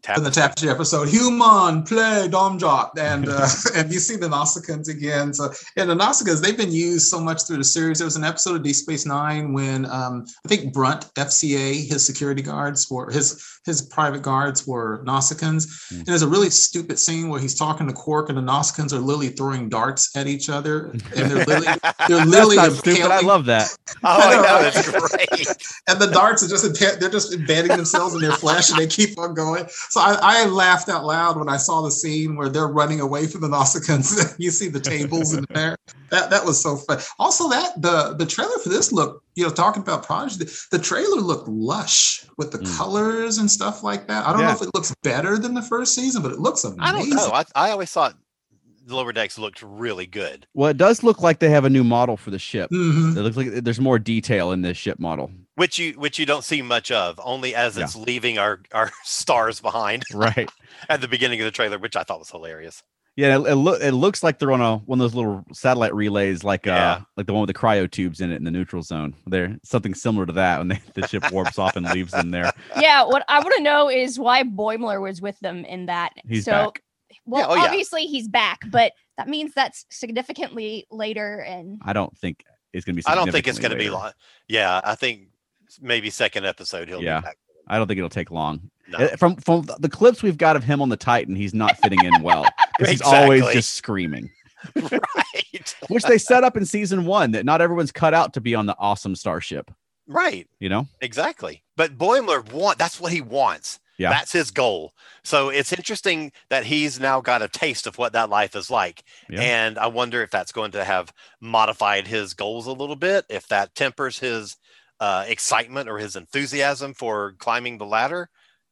Tap- In the Tapestry episode, human play domjot, and uh, and you see the Nausicaans again. So and the Nausicaans they've been used so much through the series. There was an episode of D Space Nine when um, I think Brunt FCA his security guards were his his private guards were Nausicaans, Hmm. and there's a really stupid scene where he's talking to Quark and the Nausicaans are literally throwing darts at each other, and they're literally they're That's literally not stupid. I impaling- love that. oh, I know. right? It's great. and the darts are just impa- they're just embedding themselves in their flesh and they keep on going. So I, I laughed out loud when I saw the scene where they're running away from the Nausicaans. you see the tables in there. That that was so fun. Also, that the the trailer for this looked, you know, talking about Prodigy, the, the trailer looked lush with the Mm. colors and stuff like that. I don't Yeah. know if it looks better than the first season, but it looks amazing. I don't know. Oh, I, I always thought Lower Decks looked really good. Well, it does look like they have a new model for the ship. Mhm. It looks like there's more detail in this ship model. Which you which you don't see much of, only as Yeah. it's leaving our, our stars behind Right. at the beginning of the trailer, which I thought was hilarious. Yeah, it, it, loo- it looks like they're on a one of those little satellite relays, like uh, Yeah. like the one with the cryo tubes in it in the neutral zone. There, something similar to that when they, the ship warps off and leaves them there. Yeah, what I want to know is why Boimler was with them in that. He's so, back. well, oh yeah. obviously he's back, but that means that's significantly later. And I don't think is going to be. I don't think it's going to significantly be later. long. Yeah, I think maybe second episode he'll Yeah. be back. I don't think it'll take long. No. Uh, From from the clips we've got of him on the Titan, he's not fitting in well. 'cause He's always Exactly. just screaming, right. which they set up in season one that not everyone's cut out to be on the awesome starship. Right. You know, Exactly. But Boimler want that's what he wants. Yeah. That's his goal. So it's interesting that he's now got a taste of what that life is like. Yeah. And I wonder if that's going to have modified his goals a little bit, if that tempers his uh, excitement or his enthusiasm for climbing the ladder.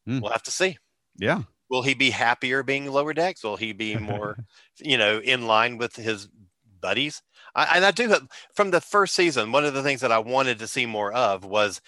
Hmm. We'll have to see. yeah, Will he be happier being lower decks? Will he be more, you know, in line with his buddies? I, and I do have- from the first season. One of the things that I wanted to see more of was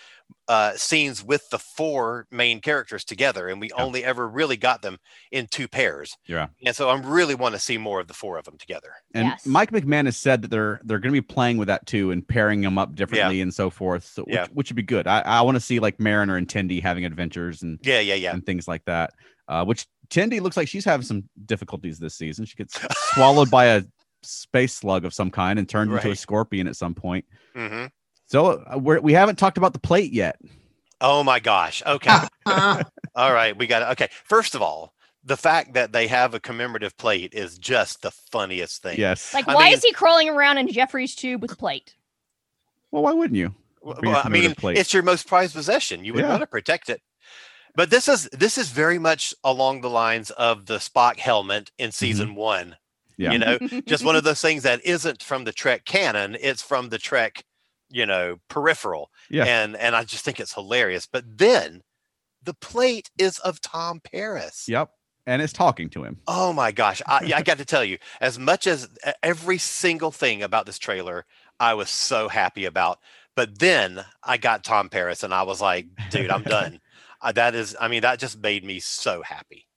uh, scenes with the four main characters together, and we only ever really got them in two pairs. Yeah. And so I really want to see more of the four of them together. and Yes. Mike McMahon has said that they're they're going to be playing with that too and pairing them up differently and so forth, so, which, Yeah. which would be good. I, I want to see like Mariner and Tendy having adventures and Yeah, yeah, yeah. and things like that. Uh, which Tendy looks like she's having some difficulties this season. She gets swallowed by a space slug of some kind and turned into a Right. scorpion at some point. hmm So uh, we're, we haven't talked about the plate yet. Oh my gosh. Okay. Ah, All right, we got it. Okay, first of all, the fact that they have a commemorative plate is just the funniest thing. Yes. Like, I why mean- is he crawling around in Jeffrey's tube with a plate? well, why wouldn't you? Well, for your well, I commemorative mean, plate. it's your most prized possession. You would Yeah. want to protect it. But this is this is very much along the lines of the Spock helmet in season one. Mm-hmm. Yeah. You know, just one of those things that isn't from the Trek canon; it's from the Trek, you know, peripheral. Yeah. And and I just think it's hilarious. But then, the plate is of Tom Paris. Yep. And it's talking to him. Oh my gosh. I, yeah, I got to tell you, as much as e- every single thing about this trailer, I was so happy about. But then I got Tom Paris and I was like, dude, I'm done. Uh, that is, I mean, that just made me so happy.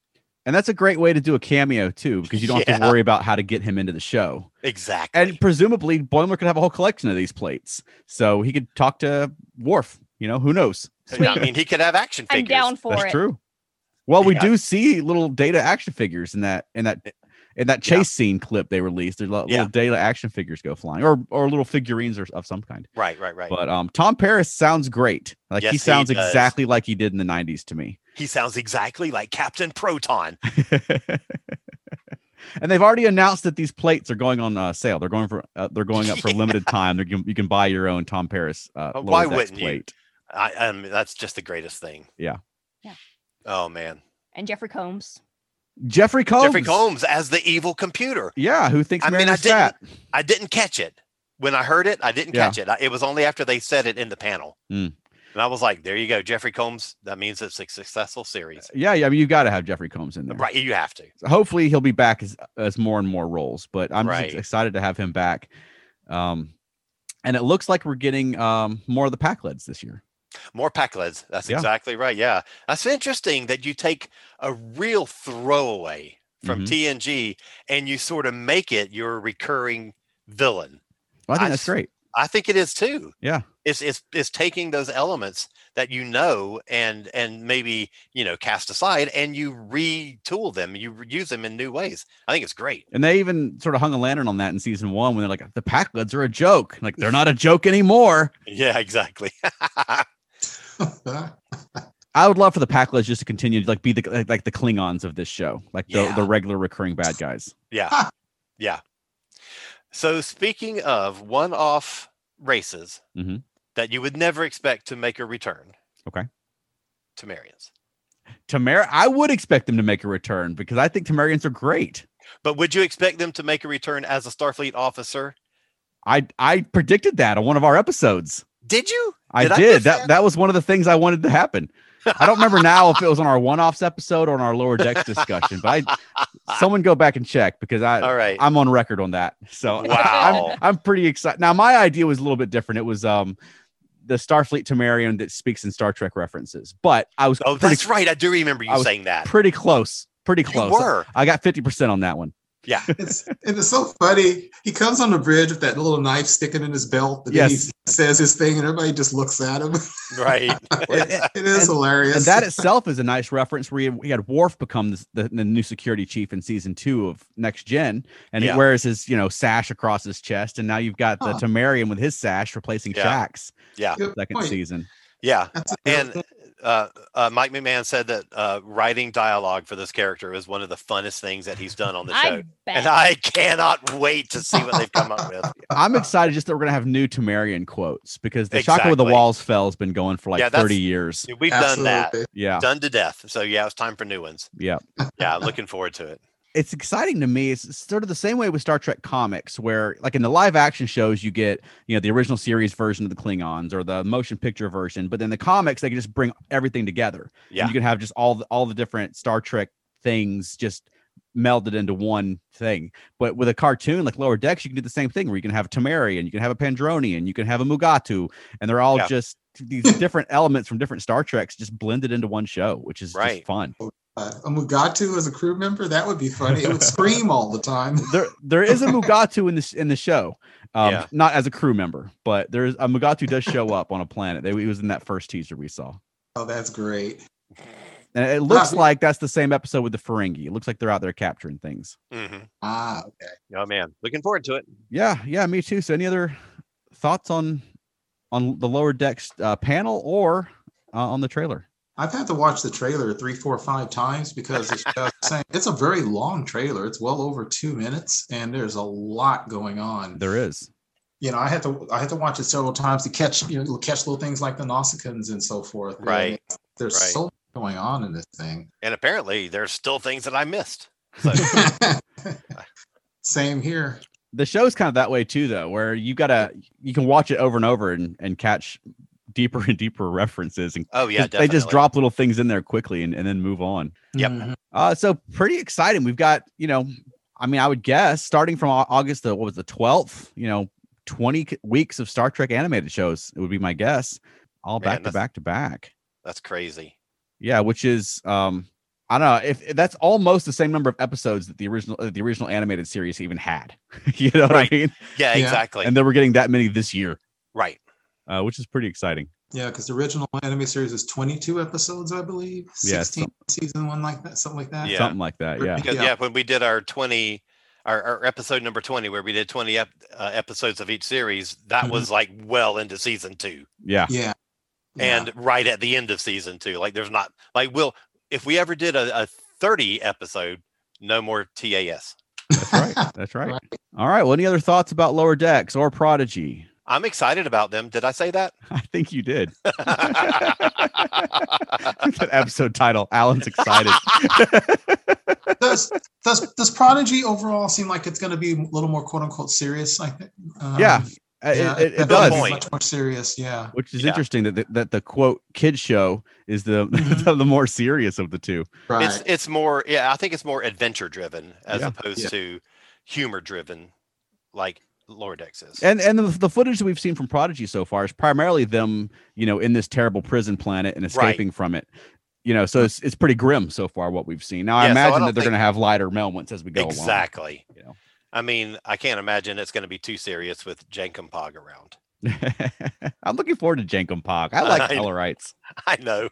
And that's a great way to do a cameo too, because you don't have to Yeah. worry about how to get him into the show. Exactly. And presumably Boimler could have a whole collection of these plates. So he could talk to Worf, you know, who knows? Yeah, I mean, he could have action I'm figures. down for That's it. true. Well, we Yeah. do see little data action figures in that in that in that Yeah. chase scene clip they released. There's little Yeah. data action figures go flying, or or little figurines or, of some kind. Right, right, right. But um, Tom Paris sounds great. Like Yes, he he sounds does. exactly like he did in the '90s to me. he sounds exactly like Captain Proton. and they've already announced that these plates are going on uh, sale. They're going for uh, they're going up for Yeah. limited time. They're, you can buy your own Tom Paris. Uh, Oh, Lower why Decks wouldn't you? plate. I, I mean, that's just the greatest thing. Yeah. Yeah. Oh, man. And Jeffrey Combs. Jeffrey Combs. Jeffrey Combs as the evil computer. Yeah, who thinks I mean, I Mariner's didn't- fat? I didn't catch it when I heard it. I didn't Yeah. catch it. I, it was only after they said it in the panel, Mm. and I was like, "There you go, Jeffrey Combs. That means it's a successful series, Yeah, yeah. I mean, you got to have Jeffrey Combs in there. right? You have to." So hopefully he'll be back as as more and more roles but i'm just Right. excited to have him back um and it looks like we're getting um more of the pack leads this year More pack leads. That's Yeah. exactly right. Yeah, that's interesting that you take a real throwaway from Mhm. TNG and you sort of make it your recurring villain. Well, i think I that's s- great I think it is too. Yeah. It's it's it's taking those elements that you know and and maybe, you know, cast aside and you retool them, you re- use them in new ways. I think it's great. and they even sort of hung a lantern on that in season one when they're like the pack leads are a joke like they're not a joke anymore Yeah, exactly. Mm-hmm. i would love for the pack leads just to continue to like be the like, like the klingons of this show like the, Yeah. the regular recurring bad guys yeah. yeah. So speaking of one-off races Mhm. that you would never expect to make a return. Okay. Temerians. Tamer, I would expect them to make a return because I think Tamarians are great. But would you expect them to make a return as a Starfleet officer? I I predicted that on one of our episodes. Did you? I Did I did. miss that, that? that was one of the things I wanted to happen. I don't remember now if it was on our one-offs episode or on our lower decks discussion, but I someone go back and check because I All right. I'm on record on that. So Wow. I'm, I'm pretty excited. Now my idea was a little bit different. It was um the Starfleet Temerian that speaks in Star Trek references, but I was Oh, pretty, that's right. I do remember you I was saying that. pretty close. Pretty close. You were. I got 50% on that one. Yeah. It's, and it's so funny. He comes on the bridge with that little knife sticking in his belt, and then Yes. he says his thing, and everybody just looks at him. Right. It is hilarious. and that itself is a nice reference where you- we had Worf become this, the, the new security chief in season two of Next Gen, and Yeah. he wears his you know sash across his chest, and now you've got the Huh. Temerian with his sash replacing Yeah. Shaxx Yeah. Good second point. season. Yeah. That's a- And uh, uh, Mike McMahon said that uh, writing dialogue for this character is one of the funnest things that he's done on the show. I bet. And I cannot wait to see what they've come up with. I'm excited just that we're gonna have new Temerian quotes because the Chakra with the Exactly. Walls fell has been going for like Yeah, that's- 30 years. We've done that, Absolutely. Yeah, done to death. So yeah, it's time for new ones. yeah. Yeah, I'm looking forward to it. it's exciting to me. It's sort of the same way with Star Trek comics, where like in the live action shows, you get you know the original series version of the Klingons or the motion picture version, but then the comics they can just bring everything together. And Yeah. you can have just all the, all the different Star Trek things just melded into one thing. But with a cartoon like Lower Decks, you can do the same thing where you can have a Temerian, you can have a Pandronian, you can have a Mugatu, and they're all Yeah. just these different elements from different Star Treks just blended into one show, which is Right. just fun. Uh, a Mugatu as a crew member, that would be funny. It would scream all the time. there there is a Mugatu in this in the show. Um, Yeah. not as a crew member, but there is a Mugatu does show up on a planet. They, it was in that first teaser we saw. Oh, that's great. And it looks Ah. like that's the same episode with the Ferengi. It looks like they're out there capturing things. hmm Ah, okay. Oh man, looking forward to it. Yeah, yeah, me too. So any other thoughts on on the lower decks uh, panel or uh, on the trailer? I've had to watch the trailer three, four, five times because it's just saying it's a very long trailer. It's well over two minutes, and there's a lot going on. There is. You know, I had to I had to watch it several times to catch you know catch little things like the Nausicaans and so forth. You know, Right. There's Right. so much going on in this thing. And apparently, there's still things that I missed. So Same here. The show's kind of that way too, though, where you gotta you can watch it over and over and, and catch deeper and deeper references and oh yeah, 'cause they just definitely. drop little things in there quickly and, and then move on. Yep. Mhm. Uh, so pretty exciting. We've got, you know, I mean, I would guess starting from Au- August, the, what was the 12th, you know, 20 c- weeks of Star Trek animated shows, it would be my guess, all Man, back to that's- back to back. That's crazy. Yeah. Which is, um, I don't know if if that's almost the same number of episodes that the original, uh, the original animated series even had, you know what Right. I mean? Yeah, Yeah. exactly. And then we're getting that many this year, right. uh, which is pretty exciting. Yeah, because the original anime series is 22 episodes, I believe. Yeah, 16 season one like that, something like that. Yeah. Something like that. Or- Yeah. Because yeah. Yeah. when we did our 20 our, our episode number 20 where we did 20 ep- uh, episodes of each series, that Mhm. was like well into season 2 Yeah. Yeah. and right at the end of season 2. Like there's not like we'll if we ever did a, a 30 episode, no more TAS. That's right. That's right. All right. Well, any other thoughts about Lower Decks or Prodigy? I'm excited about them. Did I say that? I think you did. that episode title. Alan's excited. does does does Prodigy overall seem like it's going to be a little more quote unquote serious? I think. Um, Yeah, uh, it, yeah, it- it I thought it'd be does, point. much more serious. Yeah, which is Yeah. interesting that the, that the quote kid show is the Mm-hmm. Mhm. the more serious of the two. right. It's it's more yeah, I think it's more adventure driven as Yeah. opposed Yeah. to humor driven like Lower Decks is. And and the, the footage that we've seen from Prodigy so far is primarily them, you know, in this terrible prison planet and Right. escaping from it. You know, so it's it's pretty grim so far what we've seen. Now I Yeah, so I imagine don't that they're think- going to have lighter moments as we go along. exactly. you know. I mean, I can't imagine it's going to be too serious with Jankum Pog around. I'm looking forward to Jankum Pog. I like I know. Tellarites. I know.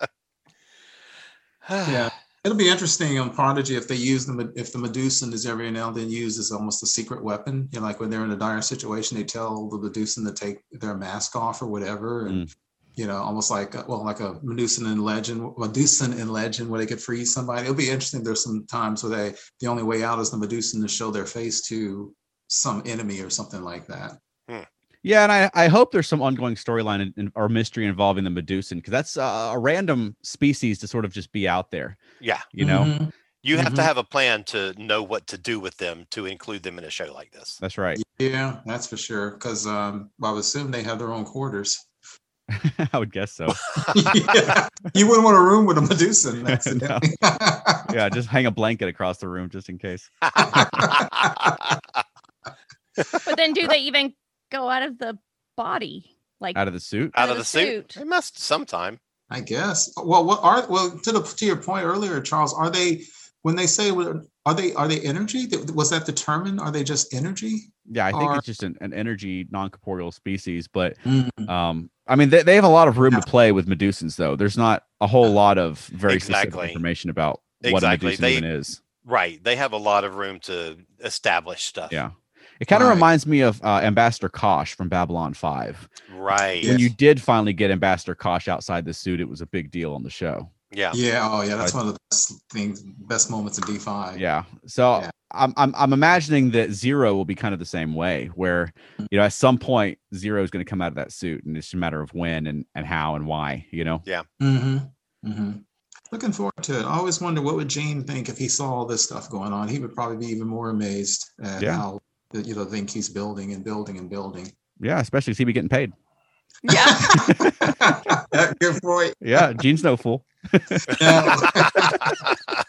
yeah, it'll be interesting on Prodigy if they use the Med- if the Medusan is every now and then used as almost a secret weapon. You know, like when they're in a dire situation, they tell the Medusan to take their mask off or whatever, and. Mm. You know, almost like uh, well, like a Medusan in Legend, Medusan in Legend, where they could freeze somebody. It'll be interesting. There's some times where they the only way out is the Medusan to show their face to some enemy or something like that. Yeah, and I, I hope there's some ongoing storyline in- in- or mystery involving the Medusan because that's uh, a random species to sort of just be out there, Yeah. you know. Mhm. You have to Mhm. have a plan to know what to do with them to include them in a show like this. That's right. Yeah, that's for sure. Because um, I would assume they have their own quarters. I would guess so. Yeah, You wouldn't want a room with a Medusa. accidentally. Yeah, just hang a blanket across the room just in case. But then do they even go out of the body? Like Out of the suit. Out of the suit. They must sometime. I guess. Well, what are well to the to your point earlier, Charles? Are they when they say well, are they are they energy Th- was that determined are they just energy Yeah, I think Are- it's just an, an energy non corporeal species, but Mm. um, I mean they, they have a lot of room Yeah. to play with Medusans though. There's not a whole lot of very Exactly. specific information about what a Exactly. Medusan They- even is. Right. They have a lot of room to establish stuff. Yeah. It kind of Right. reminds me of uh, Ambassador Kosh from Babylon 5. Right. When Yes. you did finally get Ambassador Kosh outside the suit, it was a big deal on the show. Yeah. yeah oh yeah that's I- one of the best things best moments in d5 Yeah. So Yeah. I'm, I'm I'm imagining that Zero will be kind of the same way, where Mm. you know at some point Zero is going to come out of that suit, and it's just a matter of when and and how and why. You know. hmm hmm Looking forward to it. I always wonder what would Gene think if he saw all this stuff going on. He would probably be even more amazed at Yeah. how the, you know think he's building and building and building. Yeah, especially because he'd be getting paid. Yeah. Yeah, Good point. Yeah, Gene's no fool. No.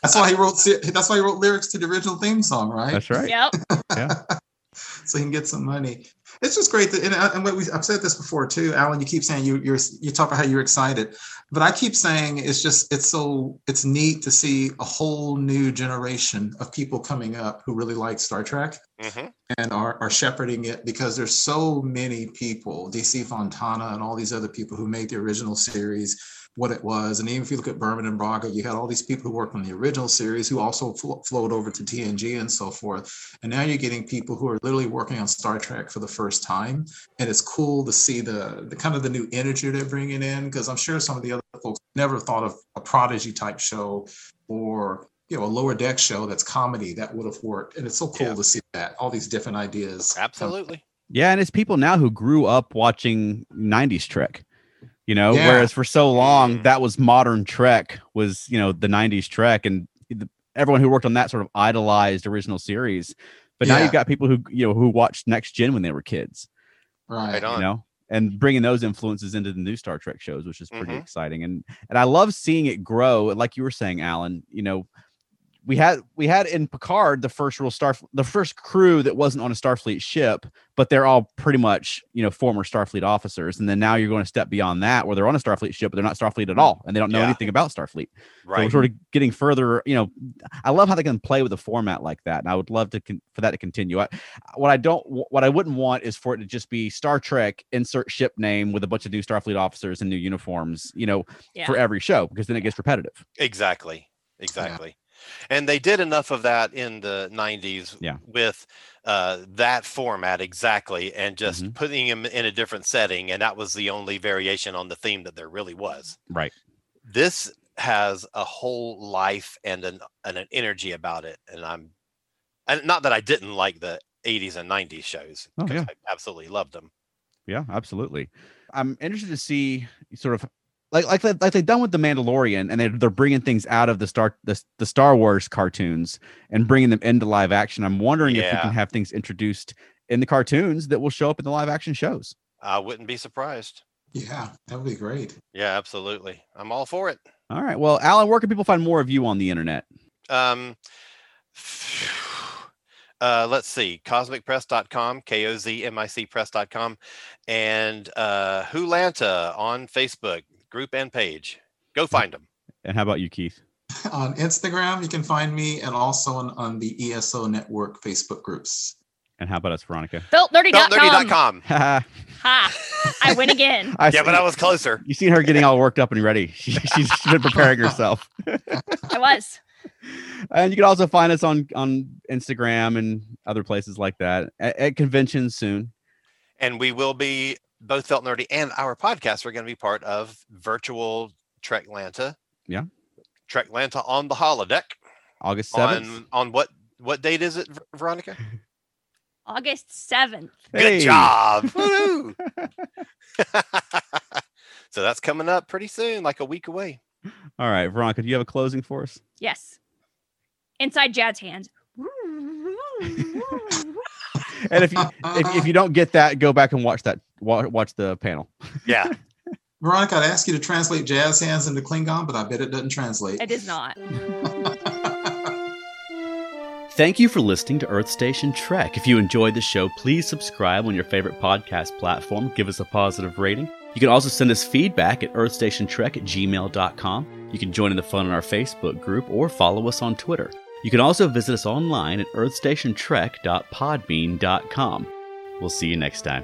that's why he wrote. se- That's why he wrote lyrics to the original theme song, right? That's right. Yep. so he can get some money. It's just great that, and, I- and what we, I've said this before too, Alan. You keep saying you you're you talk about how you're excited, but I keep saying it's just it's so it's neat to see a whole new generation of people coming up who really like Star Trek hmm and are, are shepherding it because there's so many people, DC Fontana and all these other people who made the original series what it was. And even if you look at Berman and Braga, you had all these people who worked on the original series who also flo- flowed over to TNG and so forth. And now you're getting people who are literally working on Star Trek for the first time. And it's cool to see the, the kind of the new energy they're bringing in because I'm sure some of the other folks never thought of a prodigy type show or you know a lower deck show that's comedy that would have worked and it's so cool Yeah. to see that all these different ideas come- Absolutely. Yeah, and it's people now who grew up watching '90s Trek. You know, Yeah. whereas for so long Mhm. that was modern Trek was you know the '90s Trek, and the, everyone who worked on that sort of idolized original series. But now Yeah. you've got people who you know who watched Next Gen when they were kids. right Right on. you know and bringing those influences into the new star trek shows which is pretty Mhm. exciting and and i love seeing it grow like you were saying alan you know we had we had in picard the first real star the first crew that wasn't on a starfleet ship but they're all pretty much you know former starfleet officers and then now you're going to step beyond that where they're on a starfleet ship but they're not starfleet at all and they don't know Mm. Yeah. anything about starfleet so we're Right. sort of getting further. You know, I love how they can play with a format like that, and I would love to con- for that to continue. I, what I don't, what I wouldn't want is for it to just be Star Trek insert ship name with a bunch of new Starfleet officers and new uniforms. You know, Yeah. for every show because then it gets repetitive. Exactly. Exactly. And they did enough of that in the 90s Yeah. with uh, that format exactly and just Mhm. putting them in a different setting. And that was the only variation on the theme that there really was. Right. This has a whole life and an, and an energy about it. And I'm, and not that I didn't like the 80s and 90s shows Oh, 'cause yeah. I absolutely loved them. Yeah, absolutely. I'm interested to see sort of like like they- like they've done with the Mandalorian, and they're they're bringing things out of the star the, the Star Wars cartoons and bringing them into live action. I'm wondering if we Yeah. can have things introduced in the cartoons that will show up in the live action shows. I wouldn't be surprised. yeah that would be great Yeah, absolutely. I'm all for it. All right. Well, Alan, where can people find more of you on the internet? Um, uh, let's see, cosmicpress.com, K O Z M I C press.com, and uh, Hulanta on Facebook, group and page. Go find them. And how about you, Keith? on instagram you can find me and also on, on the eso network facebook groups And how about us, Veronica? Beltnerdy.com. Beltnerdy.com. I Ha. I win again. Yeah, but I was closer. You seen her getting all worked up and ready. She, she's been preparing herself. I was. and you can also find us on on Instagram and other places like that at, at conventions soon. And we will be both Felt Nerdy and our podcast are going to be part of virtual Treklanta. Yeah. Treklanta on the holodeck. August seventh. On, on what what date is it, Ver- Veronica? August 7th. Good job. Woo! so that's coming up pretty soon, like a week away. All right, Veronica, do you have a closing for us? Yes. Inside Jad's hands. And if you if, if you don't get that, go back and watch that wa- watch the panel. Yeah. veronica i'd ask you to translate jazz hands into klingon but i bet it doesn't translate It is not. Thank you for listening to Earth Station Trek. If you enjoyed the show, please subscribe on your favorite podcast platform. Give us a positive rating. You can also send us feedback at earthstationtrek at gmail.com. You can join in the fun on our Facebook group or follow us on Twitter. You can also visit us online at earthstationtrek.podbean.com. We'll see you next time.